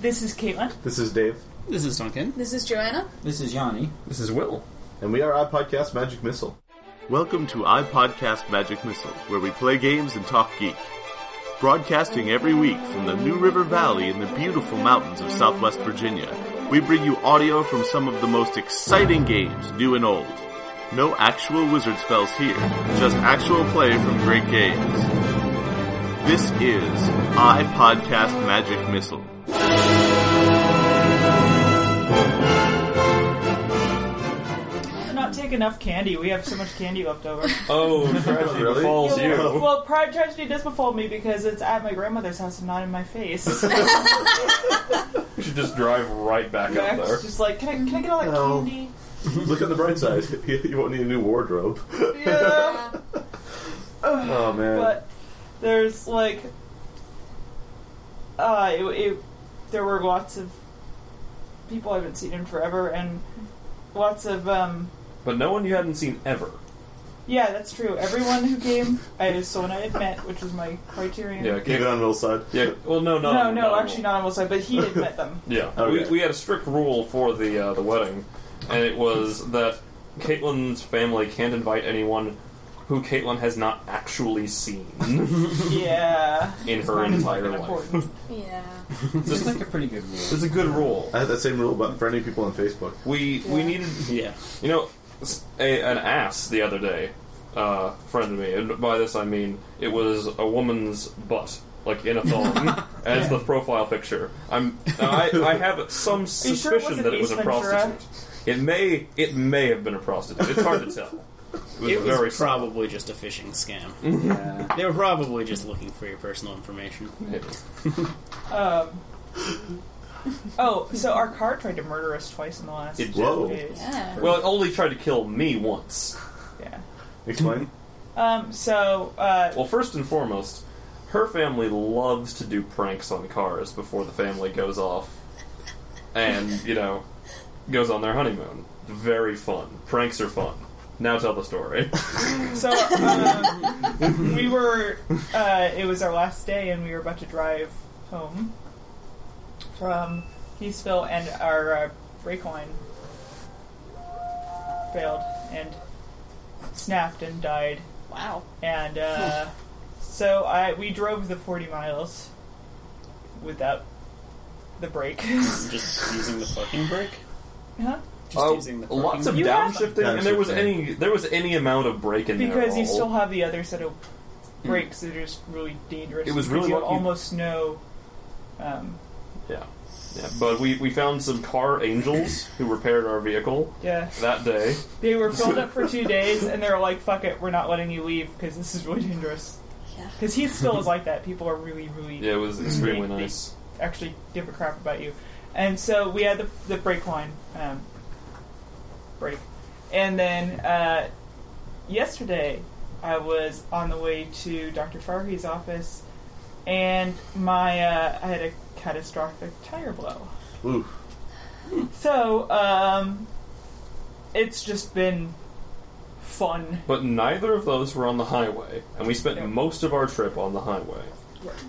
This is Caitlin. This is Dave, This is Duncan. This is Joanna. This is Yanni. This is Will. and we are iPodcast Magic Missile. Welcome to iPodcast Magic Missile, where we play games and talk geek. Broadcasting every week from the New River Valley in the beautiful mountains of Southwest Virginia, we bring you audio from some of the most exciting games, new and old. No actual wizard spells here, just actual play from great games. This is iPodcast Magic Missile. Not take enough candy. We have so much candy left over. Oh, tragedy Really? befalls Yeah, well, you. well, pride tragedy does befall me because it's at my grandmother's house and not in my face. Yeah, You should just drive right back up there. it's just like, can I, can I get all that No. candy? Look on the bright side. you won't need a new wardrobe. Yeah. Oh man. but there's like uh it, it there were lots of people I haven't seen in forever and lots of um But no one you hadn't seen ever. yeah that's true everyone who came I is someone I had met which was my criterion Yeah, Keep it okay. on Will's side. yeah. Well, no, no, no no actually not on both sides but he had met them Yeah, Okay. we, we had a strict rule for the uh, the wedding, and it was that Caitlin's family can't invite anyone who Caitlin has not actually seen yeah in her Mine is entire fucking life. important. Yeah. This is like a pretty good This rule. is a good rule. I had that same rule about friending people on Facebook. We we needed, Yeah. you know, s- a, an ass the other day, uh, friended me, and by this I mean it was a woman's butt. Like in a thong, as the profile picture. I'm. I, I have some you sure it suspicion wasn't that it was Ace a Ventura? prostitute. It may. It may have been a prostitute. It's hard to tell. It was It was very subtle. probably just a phishing scam. Yeah. They were probably just looking for your personal information. um oh so our car tried to murder us twice in the last It did. Whoa. days. Yeah. Well, it only tried to kill me once. yeah Explain. um so uh Well, first and foremost, her family loves to do pranks on cars before the family goes off and, you know, goes on their honeymoon. Very fun. Pranks are fun. Now tell the story. So um, we were. Uh, it was our last day, and we were about to drive home from Keysville, and our uh, brake line failed and snapped and died. Wow. And uh, so I we drove the forty miles without the brake. huh? Just using the parking brake? Just Uh, using the parking lots of You have- downshifting, and there was Downshifting. any there was any amount of brake in there. Because at you all. still have the other set of brakes that are just really dangerous. Hmm. It was because really you have lucky- almost no. Um, yeah, yeah. But we we found some car angels who repaired our vehicle yeah. that day. They were filled up for two days, and they were like, "Fuck it, we're not letting you leave because this is really dangerous." Yeah. Because Heath still is like that. People are really, really Yeah, it was extremely They- they nice. actually give a crap about you. And so we had the the brake line um, break, and then uh, yesterday I was on the way to Dr. Fargy's office, and my uh, I had a catastrophic tire blow. Oof. So um, it's just been fun. But neither of those were on the highway, and we spent Yeah. most of our trip on the highway.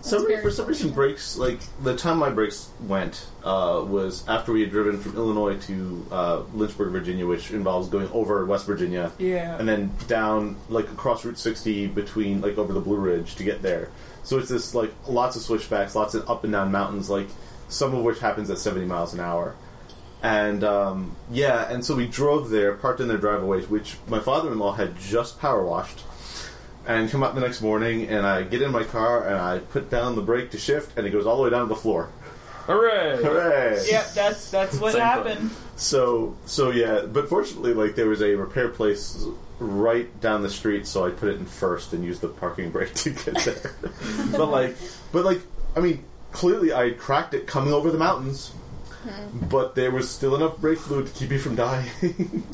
Some very for some reason, breaks like the time my breaks went uh, was after we had driven from Illinois to uh, Lynchburg, Virginia, which involves going over West Virginia Yeah. and then down like across Route 60 between like over the Blue Ridge to get there. So it's this like lots of switchbacks, lots of up and down mountains, like some of which happens at 70 miles an hour. And um, yeah, and so we drove there, parked in their driveway, which my father-in-law had just power washed. And come up the next morning, and I get in my car and I put down the brake to shift, and it goes all the way down to the floor. Hooray! Hooray! Yep, that's that's what Same happened. So so yeah, but fortunately, like there was a repair place right down the street, so I put it in first and used the parking brake to get there. but like, but like, I mean, clearly I had cracked it coming over the mountains, but there was still enough brake fluid to keep me from dying.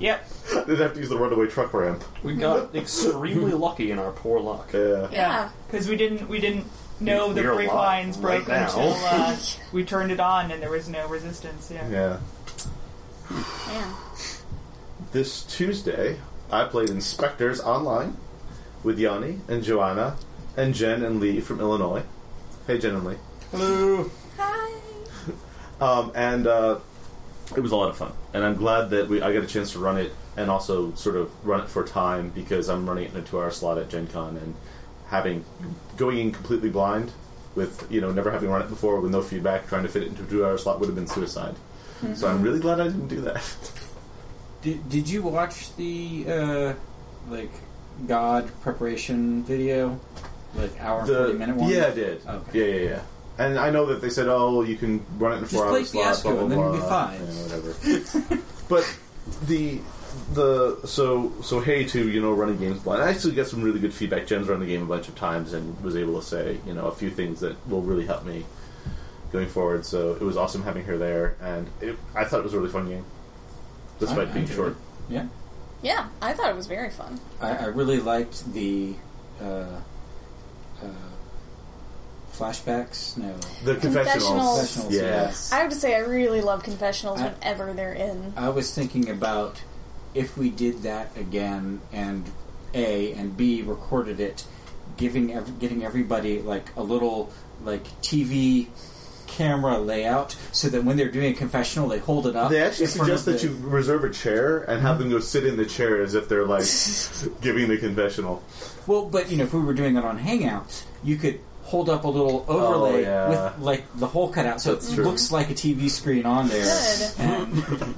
Yep. They'd have to use the runaway truck ramp. We got extremely lucky in our poor luck. Yeah. Yeah. Because we didn't we didn't know We- the we are brake live lines right broke now. until uh, we turned it on and there was no resistance. Yeah. Yeah. Man. This Tuesday, I played Inspectors online with Yanni and Joanna and Jen and Lee from Illinois. Hey, Jen and Lee. Hello. Hi. Um, and uh, it was a lot of fun. And I'm glad that we I got a chance to run it and also sort of run it for time because I'm running it in a two hour slot at Gen Con and having going in completely blind with you know never having run it before with no feedback trying to fit it into a two hour slot would have been suicide. So I'm really glad I didn't do that. Did, did you watch the uh, like God preparation video, like hour and The- forty minute one? Yeah, I did. Okay. Yeah, yeah, yeah. And I know that they said, "Oh, you can run it in a Just four-hour play slot." Fiasco Blah blah and then blah. you'll be fine. Yeah, whatever. but the the so so hey to you know running games blind. I actually got some really good feedback. Jen's run the game a bunch of times and was able to say you know a few things that will really help me going forward. So it was awesome having her there, and it, I thought it was a really fun game, despite I- I being enjoyed short. it. Yeah, Yeah, I thought it was very fun. I, I really liked the uh, uh, flashbacks. No, The confessionals, Confessionals, yeah. yes. I have to say, I really love confessionals I- whenever they're in. I was thinking about if we did that again, and A and B recorded it, giving ev- getting everybody like a little like TV camera layout, so that when they're doing a confessional, they hold it up. They actually Uh, in front of suggest that the- you reserve a chair and have them go sit in the chair as if they're like giving the confessional. Well, but you know, if we were doing it on Hangouts, you could hold up a little Oh, overlay yeah. with like the hole cut out, so That's it true. looks like a TV screen on there. Good. And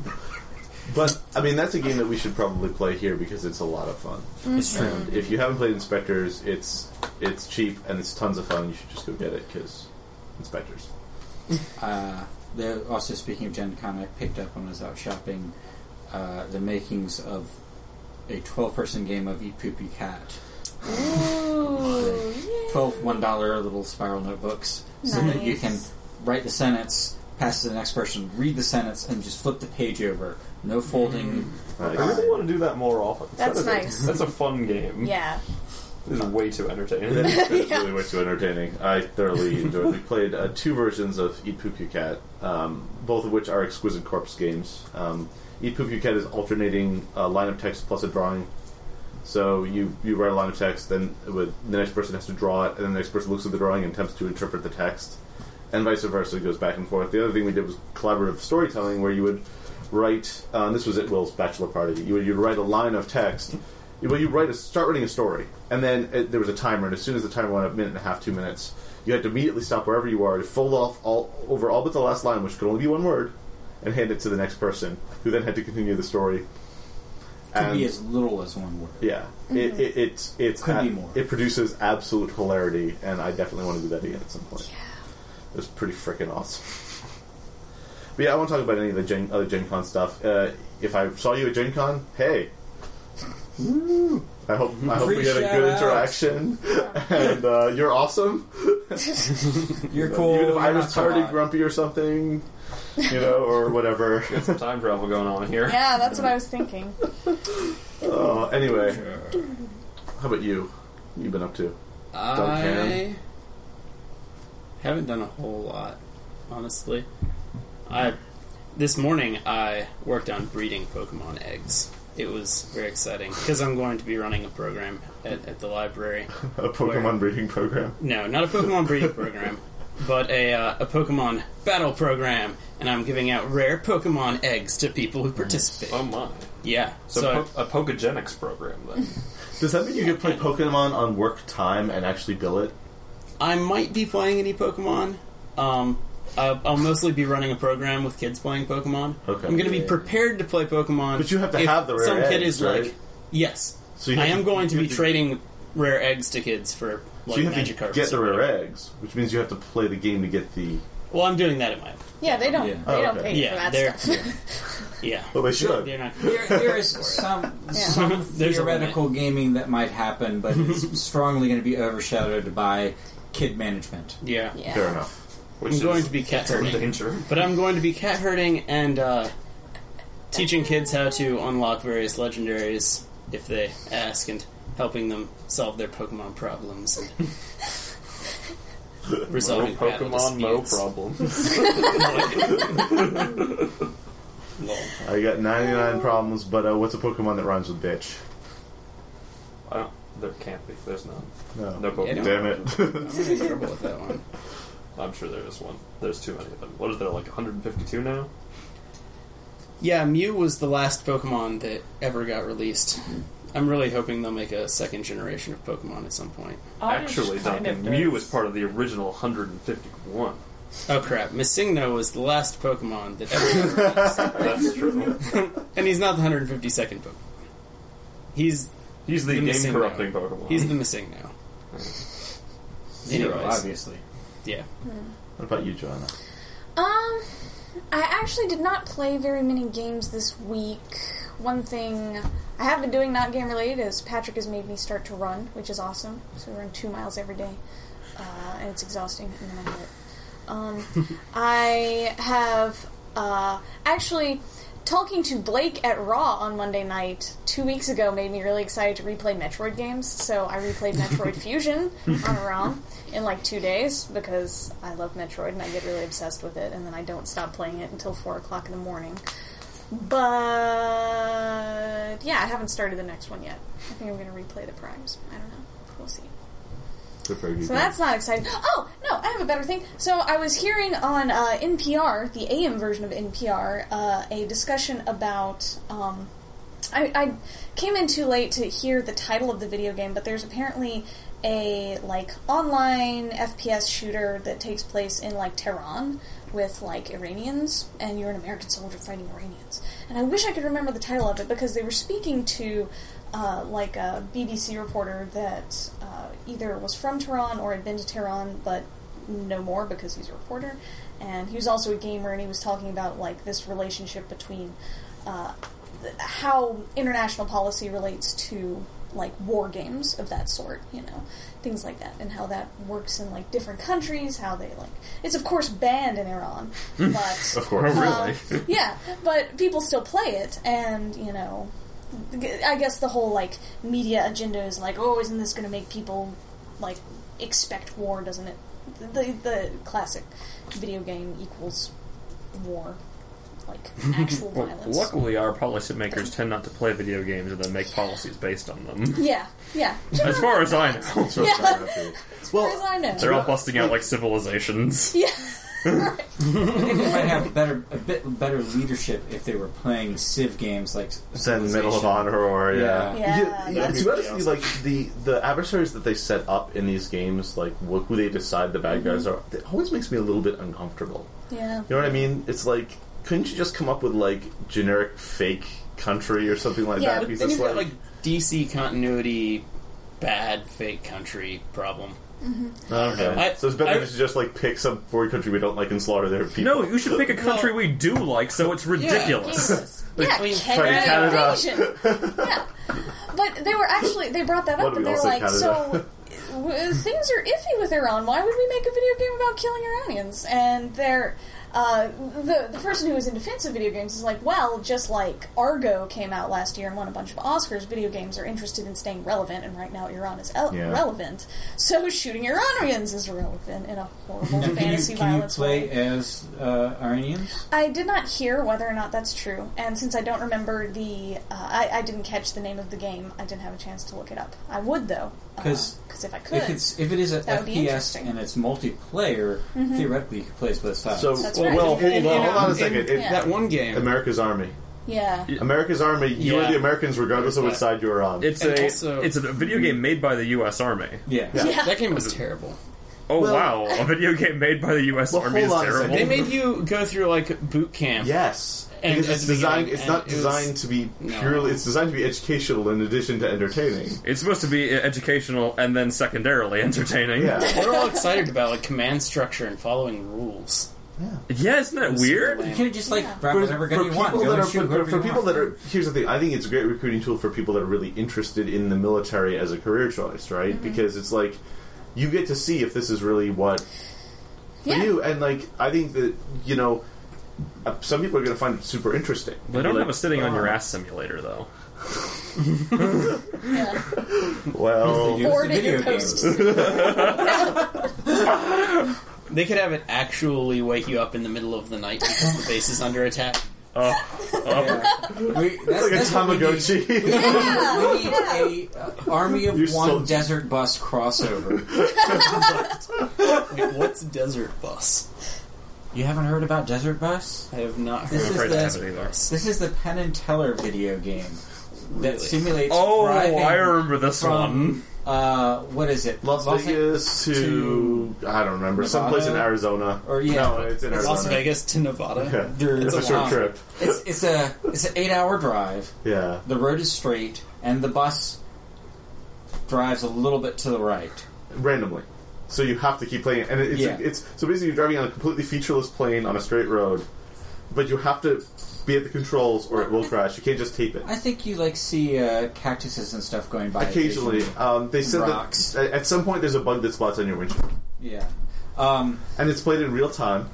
But I mean, that's a game that we should probably play here because it's a lot of fun. it's true. And if you haven't played Inspectors, it's it's cheap and it's tons of fun. You should just go get it because Inspectors. Uh, they're also speaking of Gen Con, I picked up when I was out shopping uh, the makings of a 12 person game of Eat Poopy Cat. Mm-hmm. Ooh, yay. 12 $1 little spiral notebooks so that you can Nice. write the sentence, pass to the next person, read the sentence, and just flip the page over. No folding. Mm-hmm. Nice. I really want to do that more often. That That's is a- nice. that's a fun game. Yeah. It's way too entertaining. That is, that is really way too entertaining. I thoroughly enjoyed. it. We played uh, two versions of Eat Poop You Cat, um, both of which are exquisite corpse games. Um, Eat Poop You Cat is alternating a line of text plus a drawing. So you you write a line of text, then it would, the next person has to draw it, and then the next person looks at the drawing and attempts to interpret the text, and vice versa. It goes back and forth. The other thing we did was collaborative storytelling, where you would write. Uh, this was at Will's bachelor party. You would you write a line of text. You, well, you write a start writing a story, and then it, there was a timer, and as soon as the timer went up, minute and a half, two minutes, you had to immediately stop wherever you are to fold off all over all but the last line, which could only be one word, and hand it to the next person, who then had to continue the story. Could And- be as little as one word. yeah, it, it, it's it's Could be ab- more. It produces absolute hilarity, and I definitely want to do that again at some point. It was pretty freaking awesome. But yeah, I won't talk about any of the Gen, other Gen Con stuff. Uh, if I saw you at Gen Con, hey, I hope I hope we Free had a good shout-out. interaction, and uh, you're awesome. You're cool. Even if you're I not was tired and hot. grumpy or something, you know, or whatever. Got some time travel going on here. Yeah, that's what I was thinking. Uh, anyway, how about you? What you been up to? I Duncan. haven't done a whole lot, honestly. I this morning I worked on breeding Pokemon eggs. It was very exciting because I'm going to be running a program at, at the library. A Pokemon breeding program. No, not a Pokemon breeding program, but a uh, a Pokemon battle program, and I'm giving out rare Pokemon eggs to people who participate. Oh my. Yeah, So, so, po- a Pokogenics program then. Does that mean you can play Pokemon on work time and actually bill it? I might be playing any Pokemon. Um, I, I'll mostly be running a program with kids playing Pokemon. Okay. I'm going to be Yeah. prepared to play Pokemon. But you have to if have the rare some kid eggs, is right? like, yes. So So you I have am to- going to you be have to- trading rare eggs to kids for so like you have to magic cards. get the rare eggs, which means you have to play the game to get the. Well, I'm doing that at my Yeah, they don't. Yeah. They don't Oh, okay. pay Yeah, for they're- that stuff. yeah. Well, they should. They're not. There, there is some, some There's a theoretical gaming that might happen, but it's strongly going to be overshadowed by kid management. Yeah. yeah. Fair enough. Which I'm is going to be cat in herding. danger. But I'm going to be cat herding and uh, teaching kids how to unlock various legendaries if they ask, and helping them solve their Pokemon problems and No resolving battle Pokemon, no disputes. problems. Lol. I got 99 problems, but uh, what's a Pokemon that rhymes with bitch? I don't, there can't be. There's none. No. No Pokemon. Yeah, no. Damn it. I'm really terrible with that one. I'm sure there is one. There's too many of them. What is there, like 152 now? Yeah, Mew was the last Pokemon that ever got released. I'm really hoping they'll make a second generation of Pokemon at some point. Oddish Actually, kind Duncan, of Mew does. was part of the original 151. Oh crap, Missingno was the last Pokemon that ever got released. That's true. and he's not the 152nd Pokemon. He's He's the, The game missing corrupting Pokemon. he's the Missingno. Zero, Anyways. obviously. Yeah. What about you, Joanna? Um, I actually did not play very many games this week. One thing I have been doing, not game related, is Patrick has made me start to run, which is awesome. So we run two miles every day, uh, and it's exhausting, and then I hate it. Um, I have uh, actually talking to Blake at Raw on Monday night two weeks ago made me really excited to replay Metroid games. So I replayed Metroid Fusion on a ROM in like two days because I love Metroid and I get really obsessed with it, and then I don't stop playing it until four o'clock in the morning. But yeah, I haven't started the next one yet. I think I'm going to replay the primes. I don't know. We'll see. Good for you. So that's not exciting. Oh no, I have a better thing. So I was hearing on uh, NPR, the AM version of NPR, uh, a discussion about. Um, I, I came in too late to hear the title of the video game, but there's apparently a like online FPS shooter that takes place in like Tehran with like Iranians, and you're an American soldier fighting Iranians. And I wish I could remember the title of it because they were speaking to uh, like a BBC reporter that uh, either was from Tehran or had been to Tehran, but no more because he's a reporter. And he was also a gamer, and he was talking about like this relationship between uh, th- how international policy relates to like war games of that sort, you know, things like that, and how that works in like different countries. How they like it's of course banned in Iran, but Of course. Oh, uh, yeah, but people still play it, and you know, I guess the whole like media agenda is like, oh, isn't this going to make people like expect war? Doesn't it? The the classic video game equals war, like actual violence. luckily, our policy makers tend not to play video games and then make policies based on them. Yeah, yeah. As far as I know, yeah. well, As I know. they're all busting out like civilizations. Yeah. Right. I think they might have better a bit better leadership if they were playing Civ games like Zen Medal of Civilization. Honor or yeah. Yeah. Yeah, to that's be honest, with you, like the the adversaries that they set up in these games, like wh- who they decide the bad guys are, Mm-hmm. it always makes me a little bit uncomfortable. yeah. You know what I mean? It's like, couldn't you just come up with like generic fake country or something like Yeah, that? but Because Then it's you've got like, like DC continuity bad fake country problem. okay, I- so it's better I- to just like pick some foreign country we don't like and slaughter their people. No, you should pick a country we do like so it's ridiculous. Jesus. yeah, I mean, Canada, Canada. invasion. yeah, but they were actually they brought that Why up, do and we they were all say like, Canada? so w- things are iffy with Iran. Why would we make a video game about killing Iranians? And they're. Uh, the the person who was in defense of video games is like, well, just like Argo came out last year and won a bunch of Oscars, video games are interested in staying relevant, and right now Iran is el- Yeah. relevant, so shooting Iranians is relevant in a horrible Now, can you, fantasy can you violence way. play as uh, Iranians? I did not hear whether or not that's true, and since I don't remember the, uh, I, I didn't catch the name of the game. I didn't have a chance to look it up. I would though, 'Cause because if I could, If it's if it is a That would be FPS interesting. Mm-hmm. and it's multiplayer, theoretically you could play as both sides. So That's well, right. well, And- hold on, hold on a and- second. It- Yeah. That one game. America's army. yeah, America's army. You Yeah. are the Americans, regardless of which side you are on. It's And a also- it's a video game made by the U.S. Army. yeah. yeah, That game was terrible. Oh Well- wow, a video game made by the U.S. Well, Army is hold on a terrible. second. They made you go through like boot camp. Yes, And because at it's the designed. beginning- It's not and it was- designed to be No. purely. It's designed to be educational in addition to entertaining. It's supposed to be e, educational and then secondarily entertaining. Yeah, We're all excited about like command structure and following rules. yeah. Yeah, isn't that You weird? could just like grab For, whatever gun for you people want, go that and are shoot for- whoever for you people that want. are here's the thing. I think it's a great recruiting tool for people that are really interested in the military as a career choice, right? Mm-hmm. Because it's like you get to see if this is really what for yeah. you. And like I think that you know, uh, some people are going to find it super interesting. They don't Like, have a sitting on your ass simulator though. yeah. Well, Use the Bored at your video post. games. They could have it actually wake you up in the middle of the night because the base is under attack. up, up. We, It's that's, like a that's what we need. Tamagotchi. We need a uh, army of You're one so- desert bus crossover. Wait, what's Desert Bus? you haven't heard about Desert Bus? I have not This heard is of the- Desert Bus. This is the Penn and Teller video game Really? that simulates. Oh, driving I remember this from one. uh, what is it? Las Las Ve- Vegas to, I don't remember Nevada? someplace in Arizona. Or yeah, no, it's in Arizona. Las Vegas to Nevada. Yeah. Dude, it's a it's a short long- trip. It's, it's a it's an eight hour drive. Yeah, The road is straight, and the bus drives a little bit to the right. randomly. So you have to keep playing it, and it- it's Yeah. it's so basically you're driving on a completely featureless plane on a straight road, but you have to be at the controls or it will crash. You can't just tape it. I think you like see uh, cactuses and stuff going by Occasionally, um, they said Rocks. that at some point there's a bug that spots on your windshield, Yeah. Um, and it's played in real time.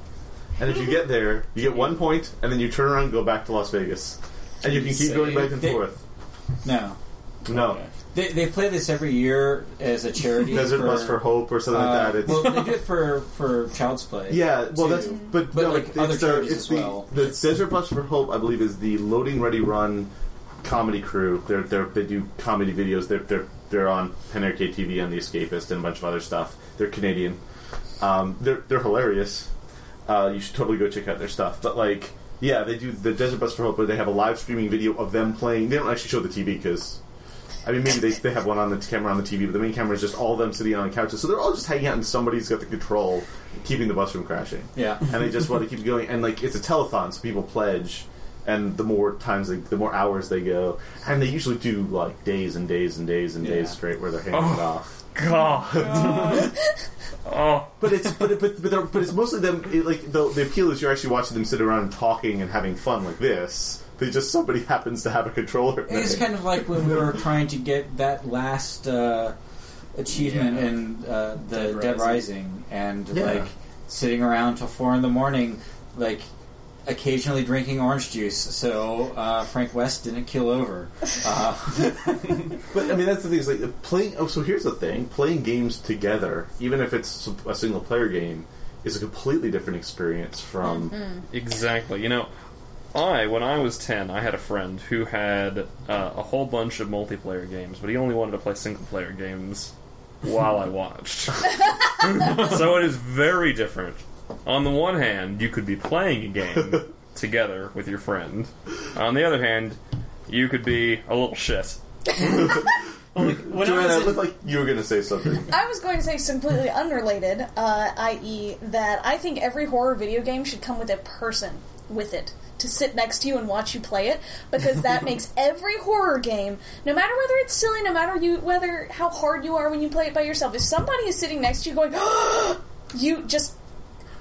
And if you get there, you get one point, and then you turn around and go back to Las Vegas, and you can keep going back and They- forth. no. No, They, they play this every year as a charity. Desert for, Bus for Hope or something uh, like that. It's, well, they do it for, for Child's Play. Yeah, well, that's too. but, But, no, like, it's, other it's the, charities it's as the, well. the Desert Bus for Hope, I believe, is the Loading Ready Run comedy crew. They're, they're they do comedy videos. They're they're they're on Pen Arcade TV on The Escapist and a bunch of other stuff. They're Canadian. Um, they're they're hilarious. Uh, you should totally go check out their stuff. But like, yeah, they do the Desert Bus for Hope, where they have a live streaming video of them playing. They don't actually show the TV because. I mean, maybe they, they have one on the camera on the TV, but the main camera is just all of them sitting on couches. So they're all just hanging out, and somebody's got the control, keeping the bus from crashing Yeah. and they just want to keep going. And like it's a telethon, so people pledge, and the more times, they, the more hours they go, and they usually do like days and days and days and Yeah. Oh. days straight where they're handing it off. God. oh, But it's but it- but but, they're, but it's mostly them. It, like the, the appeal is you're actually watching them sit around and talking and having fun like this. They just somebody happens to have a controller. It's kind of like when we were trying to get that last uh, achievement Yeah. in uh, the Dead Dead Rising, and Yeah. like sitting around till four in the morning, like occasionally drinking orange juice, so uh, Frank West didn't kill over. Uh, But I mean, that's the thing. Is like playing. Oh, so here's the thing: playing games together, even if it's a single player game, is a completely different experience from. exactly. You know, I when I was ten, I had a friend who had uh, a whole bunch of multiplayer games, but he only wanted to play single player games while I watched. so it is very different. On the one hand, you could be playing a game together with your friend. On the other hand, you could be a little shit. When I Joanna, was it in- looked like you were going to say something. I was going to say it's completely unrelated, uh, i.e., that I think every horror video game should come with a person with it to sit next to you and watch you play it, because that makes every horror game, no matter whether it's silly, no matter you whether how hard you are when you play it by yourself, if somebody is sitting next to you going, you just.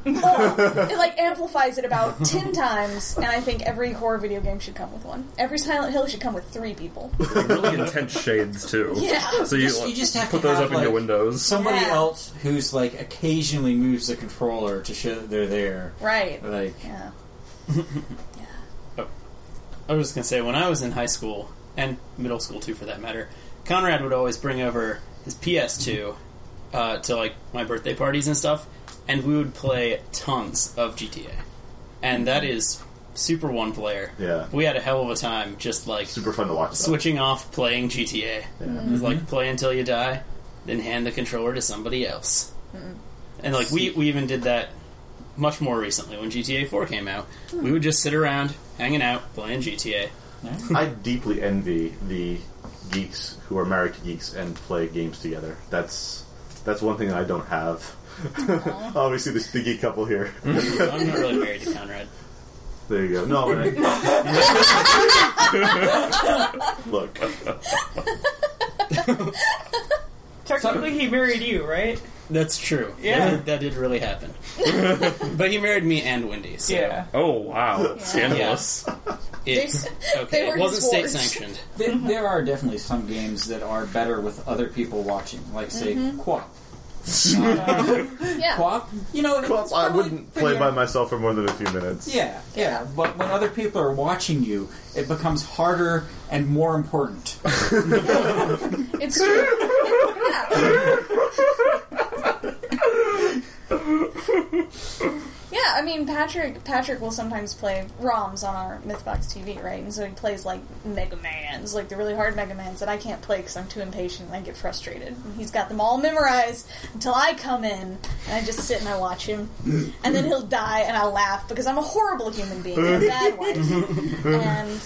oh, it like amplifies it about ten times, and I think every horror video game should come with one. Every Silent Hill should come with three people. really intense shades too. Yeah. So you, Just- you just have put to those up have, in your like, windows. somebody Yeah. else who's like occasionally moves the controller to show that they're there. Right? Like Yeah. I was just gonna say when I was in high school and middle school too, for that matter, Conrad would always bring over his PS2 uh, to like my birthday parties and stuff, and we would play tons of GTA, and that is super one player. Yeah. we had a hell of a time just like Super Mm-hmm. fun to watch. though. switching off playing GTA. It was like play until you die, then hand the controller to somebody else. And like we, we even did that much more recently when GTA 4 came out. We would just sit around hanging out playing GTA. I deeply envy the geeks who are married to geeks and play games together. That's that's one thing that I don't have. Obviously, the, the geek couple here. I'm not really married to Conrad. There you go. No, right. Look, Technically, he married you, right? That's true. Yeah. that did, that did really happen. but he married me and Wendy. So Yeah. Oh wow, scandalous! It, They okay, were it wasn't his state wards. sanctioned. there, there are definitely some games that are better with other people watching, like say Quap. Yeah. Quap, you know, Well, it's I probably wouldn't play pretty- by myself for more than a few minutes. uh, Yeah, yeah, but when other people are watching you, it becomes harder and more important. It's true. yeah. yeah, Yeah, I mean Patrick. Patrick will sometimes play ROMs on our MythBox TV, right? And so he plays like Mega Man's, like the really hard Mega Man's that I can't play because I'm too impatient and I get frustrated. And he's got them all memorized until I come in and I just sit and I watch him, and then he'll die and I laugh because I'm a horrible human being, in a bad wife, and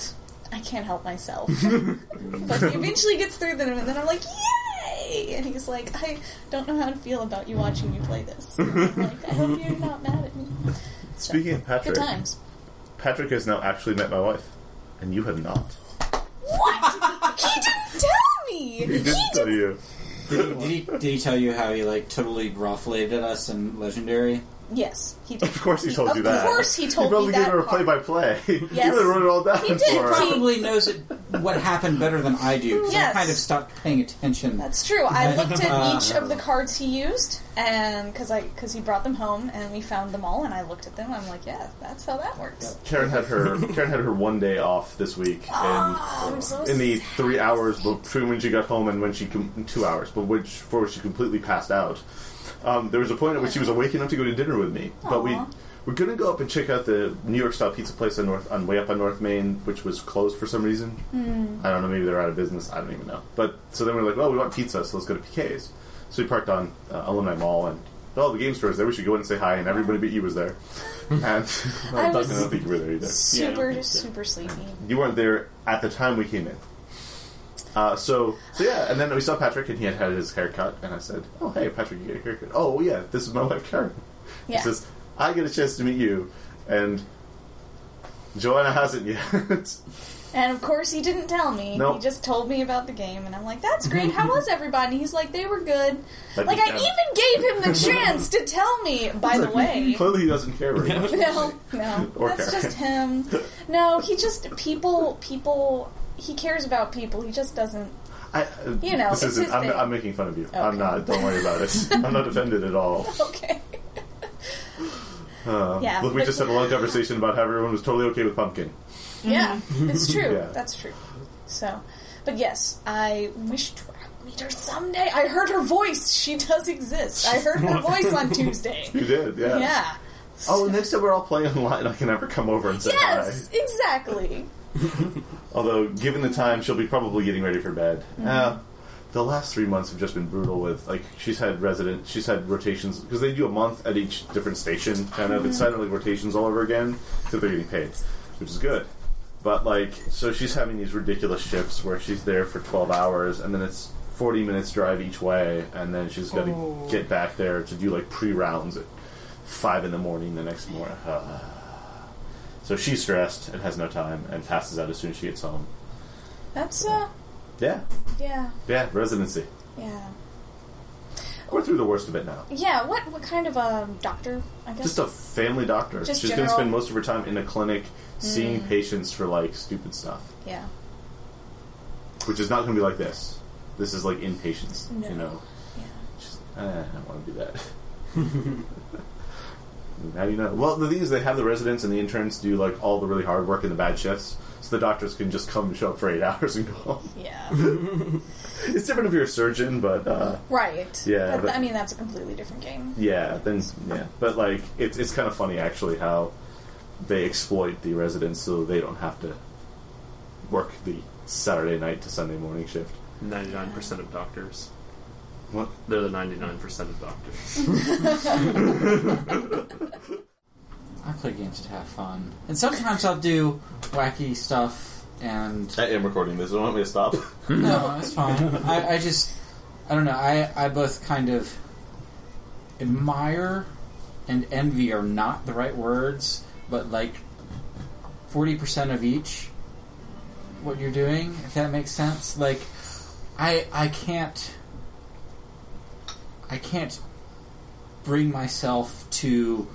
I can't help myself. but he eventually gets through them, and then I'm like, yay! And he's like, I don't know how to feel about you watching you play this. And I'm like, I hope you're not mad at me. So, Speaking of Patrick, good times. Patrick has now actually met my wife, and you have not. What? he didn't tell me. He tell you. Did he, did he tell you how he like totally rufflated us in Legendary? Yes, he did. Of course he told of you that. course he told He probably me gave that her a part. play-by-play. Yes. he would wrote it all down He did. for her. Probably knows it, what happened better than I do. 'cause Yes. I kind of stopped paying attention. That's true. I looked at each of the cards he used, and because I because he brought them home, and we found them all, and I looked at them. I'm like, yeah, that's how that works. Karen had her Karen had her one day off this week, and Ah, I'm so in the three hours between when she got home and when she com- two hours, but which before she completely passed out. Um, there was a point at which she was awake enough to go to dinner with me, but we Aw. we're gonna go up and check out the New York style pizza place on North on way up on North Main, which was closed for some reason. Hmm. I don't know, maybe they're out of business. I don't even know. But so then we were like, well, we want pizza, so let's go to PK's. So we parked on uh, Alumni Mall and. All the game stores there. We should go in and say hi, and everybody but you was there. And well, Duncan, was- I don't think you were there either. super think so. super sleepy. You weren't there at the time we came in. Uh, so, so yeah, and then we saw Patrick, and he had had his haircut, and I said, "Oh, hey, Patrick, you get a haircut? Oh, yeah, this is my wife, Karen." Yeah. He says, "I get a chance to meet you, and Joanna hasn't yet." And of course, he didn't tell me. Nope. He just told me about the game, and I'm like, "That's great. How was everybody?" He's like, "They were good." But like he I doesn't. even gave him the chance to tell me. By the way, clearly he doesn't care very much. no, no, Or that's Karen. just him. No, he just people, people. He cares about people. He just doesn't. I, You know, this it's isn't. his I'm, thing. I'm making fun of you. Okay. I'm not. Don't worry about it. I'm not offended at all. Okay. Uh, Yeah, look, we but- just had a long conversation about how everyone was totally okay with pumpkin. Yeah, it's true. Yeah. That's true. So, but yes, I wish to meet her someday. I heard her voice. She does exist. I heard her voice on Tuesday. You did, yeah. Yeah. Oh, next time we're all playing online, I can have her come over and say hi. Yes, exactly. Although, given the time, she'll be probably getting ready for bed. Uh, the last three months have just been brutal. With like, she's had resident, she's had rotations because they do a month at each different station. Kind of, it's kind of like rotations all over again. So they're getting paid, which is good. But like, so she's having these ridiculous shifts where she's there for twelve hours and then it's forty minutes drive each way, and then she's got to Oh. get back there to do like pre rounds at five in the morning the next morning. So she's stressed and has no time and passes out as soon as she gets home. That's uh, Yeah, yeah, yeah, residency. yeah, We're through the worst of it now. yeah. What what kind of a doctor? I guess. Just a family doctor. Just She's general- Mm. gonna spend most of her time in a clinic seeing patients for like stupid stuff, yeah. which is not gonna be like this. This is like inpatients, No. you know. Yeah. She's, eh, I don't want to do that. How do you know? Well, the thing is, they have the residents and the interns do like all the really hard work and the bad shifts, so the doctors can just come and show up for eight hours and go home. Yeah. It's different if you're a surgeon, but uh, Right. Yeah, That- but- I mean, that's a completely different game. Yeah, then yeah, but like it's it's kind of funny actually how they exploit the residents so they don't have to work the Saturday night to Sunday morning shift. Ninety-nine percent of doctors. What? They're the ninety-nine percent of doctors. I play games to have fun, and sometimes I'll do wacky stuff. And I am recording this. Don't want me to stop. no, that's fine. I, I just, I don't know. I, I both kind of admire and envy are not the right words, but like forty percent of each. What you're doing, if that makes sense. Like, I, I can't, I can't bring myself to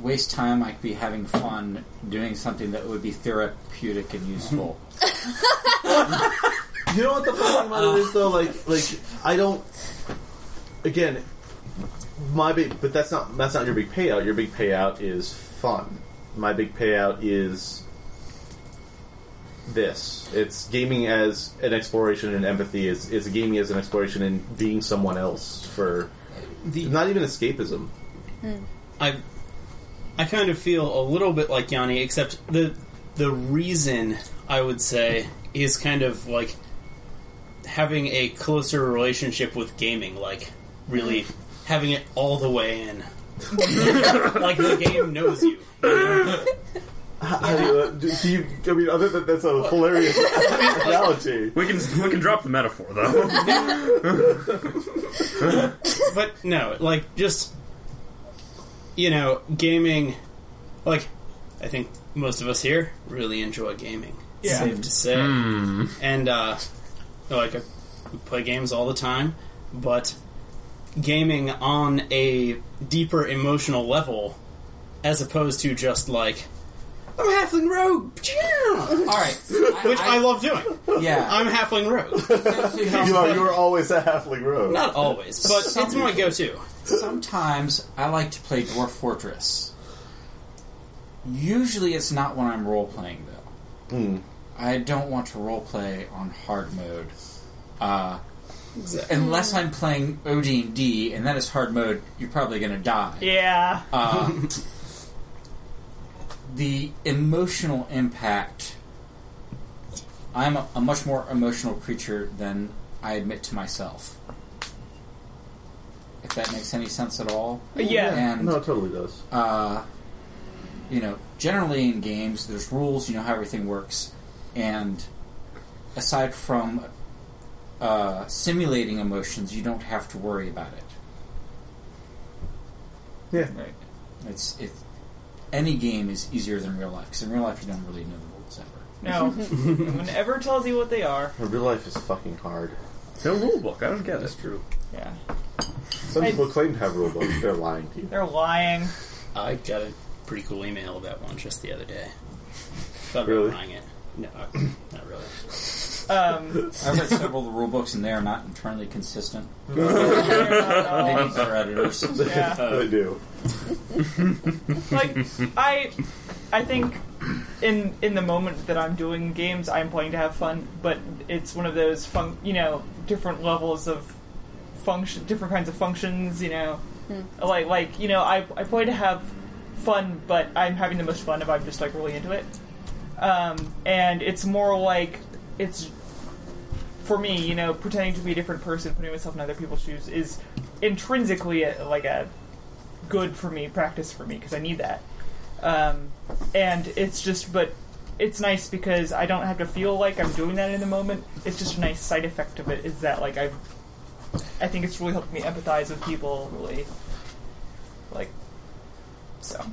waste time like be having fun doing something that would be therapeutic and useful you know what the funny about it is though? Like like I don't. Again, my big but that's not that's not your big payout. Your big payout is fun. My big payout is this. It's gaming as an exploration and empathy. It's it's gaming as an exploration and being someone else for The- not even escapism. I I kind of feel a little bit like Yanni, except the the reason I would say is kind of like having a closer relationship with gaming, like really Mm. having it all the way in. like the game knows you. How do you, uh, do do you, I mean, other than that's a hilarious analogy. We can we can drop the metaphor though. But no, like just you know, gaming like I think most of us here really enjoy gaming. Yeah. Safe to say. And uh like I we play games all the time, but gaming on a deeper emotional level as opposed to just like I'm a halfling rogue. All right. Which I, love doing. Yeah. I'm a halfling rogue. You are, you are always a halfling rogue. Not always, but it's my go-to. Sometimes I like to play Dwarf Fortress. Usually it's not when I'm role playing though. I don't want to role play on hard mode. Uh, Exactly. unless I'm playing OD&D and that is hard mode, you're probably going to die. Yeah. Uh, the emotional impact. I'm a, a much more emotional creature than I admit to myself. If that makes any sense at all. Yeah. And, No, it totally does. uh, you know, generally in games, there's rules, you know how everything works. And aside from uh, simulating emotions, you don't have to worry about it. Yeah. Right. It's it, any game is easier than real life because in real life you don't really know the rules ever. No. no one ever tells you what they are. Real life is fucking hard. no rule book. I don't get it. true. Yeah. Some people claim to have rule books. They're lying to you. They're lying. I got a pretty cool email about one just the other day. Thought Really? about buying it. No, not really. Um, I've read several of the rule books and they are not internally consistent. They yeah. need better editors. they do. Like I, I think in in the moment that I'm doing games, I'm playing to have fun. But it's one of those fun, you know, different levels of function, different kinds of functions. You know, like like you know, I I play to have fun, but I'm having the most fun if I'm just like really into it. Um, and it's more like it's for me, you know, pretending to be a different person, putting myself in other people's shoes is intrinsically a, like a good for me, practice for me, because I need that. Um, and it's just, but it's nice because I don't have to feel like I'm doing that in the moment. It's just a nice side effect of it is that, like, I've, I think it's really helped me empathize with people, really. Like, so.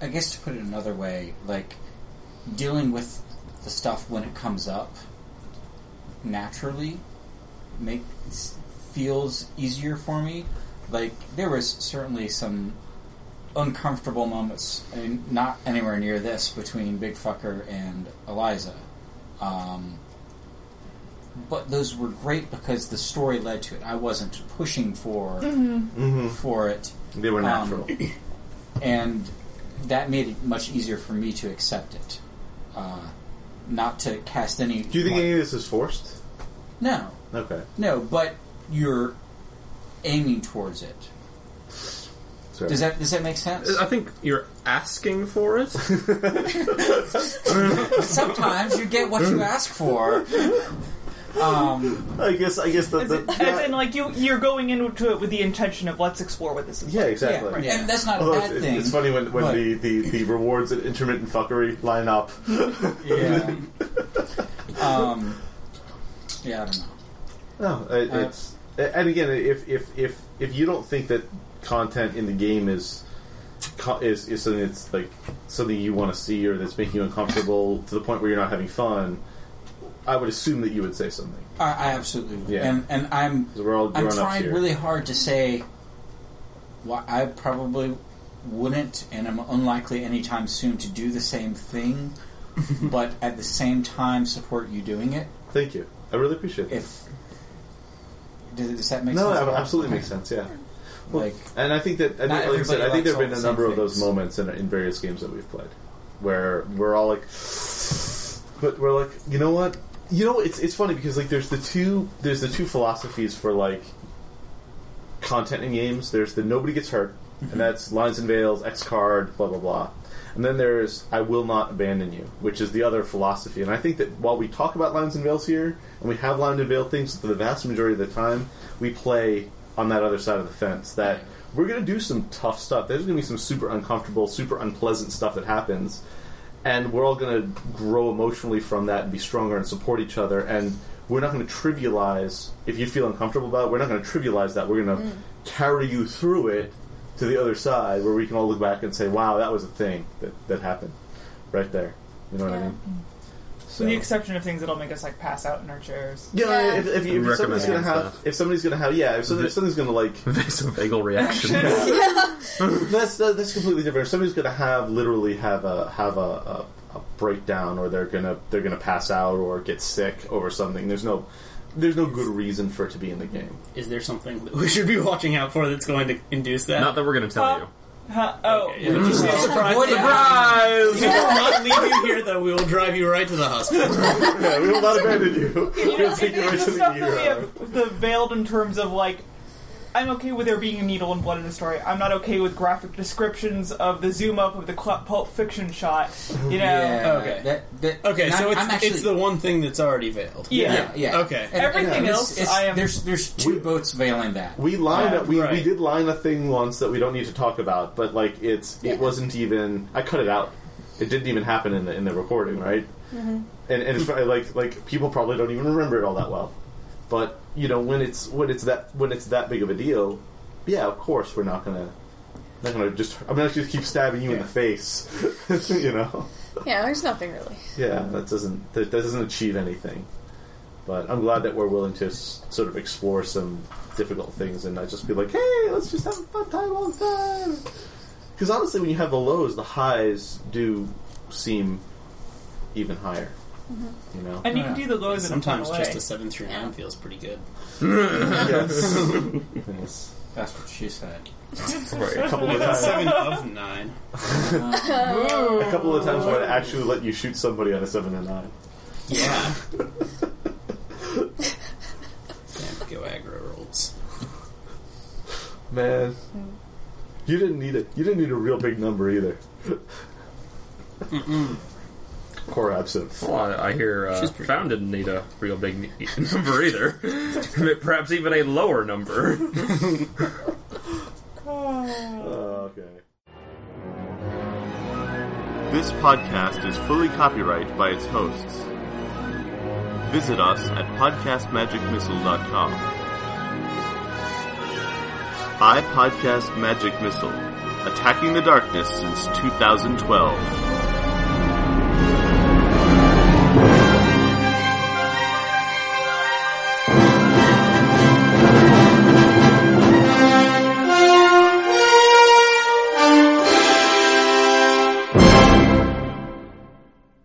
I guess to put it another way, like dealing with the stuff when it comes up naturally makes feels easier for me. Like there was certainly some uncomfortable moments, I mean, not anywhere near this between Big Fucker and Eliza. Um, but those were great because the story led to it. I wasn't pushing for for it Mm-hmm. They were Um, natural. and that made it much easier for me to accept it, uh, not to cast any. do you think any of this is forced? no, Okay. no, but you're aiming towards it. Sorry. Does that does that make sense? I think you're asking for it. Sometimes you get what you ask for. Um, I guess. I guess that. As, in- that as in, like, you, you're going into it with the intention of let's explore what this is. yeah. yeah, Exactly. and that's not Although a it's, bad it's- thing. it's funny when, when but- the, the, the rewards at intermittent fuckery line up. Yeah. um, yeah, I don't know. No, it, it's and again, if if if if you don't think that content in the game is co- is is something that's like something you want to see or that's making you uncomfortable to the point where you're not having fun, I would assume that you would say something. I, I absolutely would. Yeah. And and I'm 'Cause we're all I'm grown-ups trying here. really hard to say why I probably wouldn't and I'm unlikely anytime soon to do the same thing but at the same time support you doing it Thank you. I really appreciate that. if does, does that make No, sense? that absolutely makes sense. Yeah. Well, Like- and I think that I think, Not like I said, everybody I think likes there have all been the a same number of those things. moments in, in various games that we've played where we're all like, but we're like, you know what? You know, it's it's funny because like there's the two there's the two philosophies for like content in games. There's the nobody gets hurt and that's Lines and Veils, X Card, blah blah blah. And then there's I Will Not Abandon You, which is the other philosophy. And I think that while we talk about Lines and Veils here, and we have Lines and Veil things, for the vast majority of the time, we play on that other side of the fence. That we're going to do some tough stuff. There's going to be some super uncomfortable, super unpleasant stuff that happens. And we're all going to grow emotionally from that and be stronger and support each other. And we're not going to trivialize, if you feel uncomfortable about it, we're not going to trivialize that. We're Mm. going to carry you through it to the other side where we can all look back and say, wow, that was a thing that, that happened right there. You know what I Yeah. mean? So. With the exception of things that'll make us like pass out in our chairs. Yeah, Yeah. If, if, you- if Recommend somebody's gonna have, stuff. if somebody's gonna have, yeah, if somebody- if somebody's gonna like, Vasovagal reaction. that's that, that's completely different. If somebody's gonna have literally have a have a, a, a breakdown, or they're gonna they're gonna pass out or get sick over something. There's no there's no good reason for it to be in the game. Is there something that we should be watching out for that's going to induce that? Not that we're going to tell you. Huh? Oh, Okay, yeah, just be surprised. Surprise! We will not leave you here, though. We will drive you right to the hospital. Yeah, we will not abandon you. We'll take you right It's to the stuff the that we hero. have the veiled in terms of like I'm okay with there being a needle and blood in the story. I'm not okay with graphic descriptions of the zoom up of the cl- Pulp Fiction shot. You know, Yeah, Okay. That, that, Okay, and so I'm- it's I'm actually- it's the one thing that's already veiled. Yeah. yeah, yeah. Okay. Everything it's- else, it's- I am- there's there's two boats veiling that. We lined up. We, we right. did line a thing once that we don't need to talk about, but like it's it wasn't even. I cut it out. It didn't even happen in the in the recording, right? And and it's probably like like people probably don't even remember it all that well. But you know when it's when it's that when it's that big of a deal, yeah, of course we're not gonna not gonna just I'm gonna just keep stabbing you in the face, you know. Yeah, there's nothing really. Yeah, that doesn't that, that doesn't achieve anything. But I'm glad that we're willing to s- sort of explore some difficult things and not just be like, hey, let's just have a fun time all the time. Because honestly, when you have the lows, the highs do seem even higher. You know. and you can do the lows in Sometimes a fun just a way. seven through nine feels pretty good. yes. yes. That's what she said. A couple of times. Seven of nine. A couple of times where I actually let you shoot somebody on a seven and nine. Yeah. Damn, go aggro rolls. Man, you didn't need it. You didn't need a real big number either. Core absinthe. Well, I, I hear uh, She's pretty Found didn't need a real big n- number either. Perhaps even a lower number. Oh, okay. This podcast is fully copyrighted by its hosts. Visit us at podcastmagicmissile.com. I Podcast Magic Missile, attacking the darkness since 2012.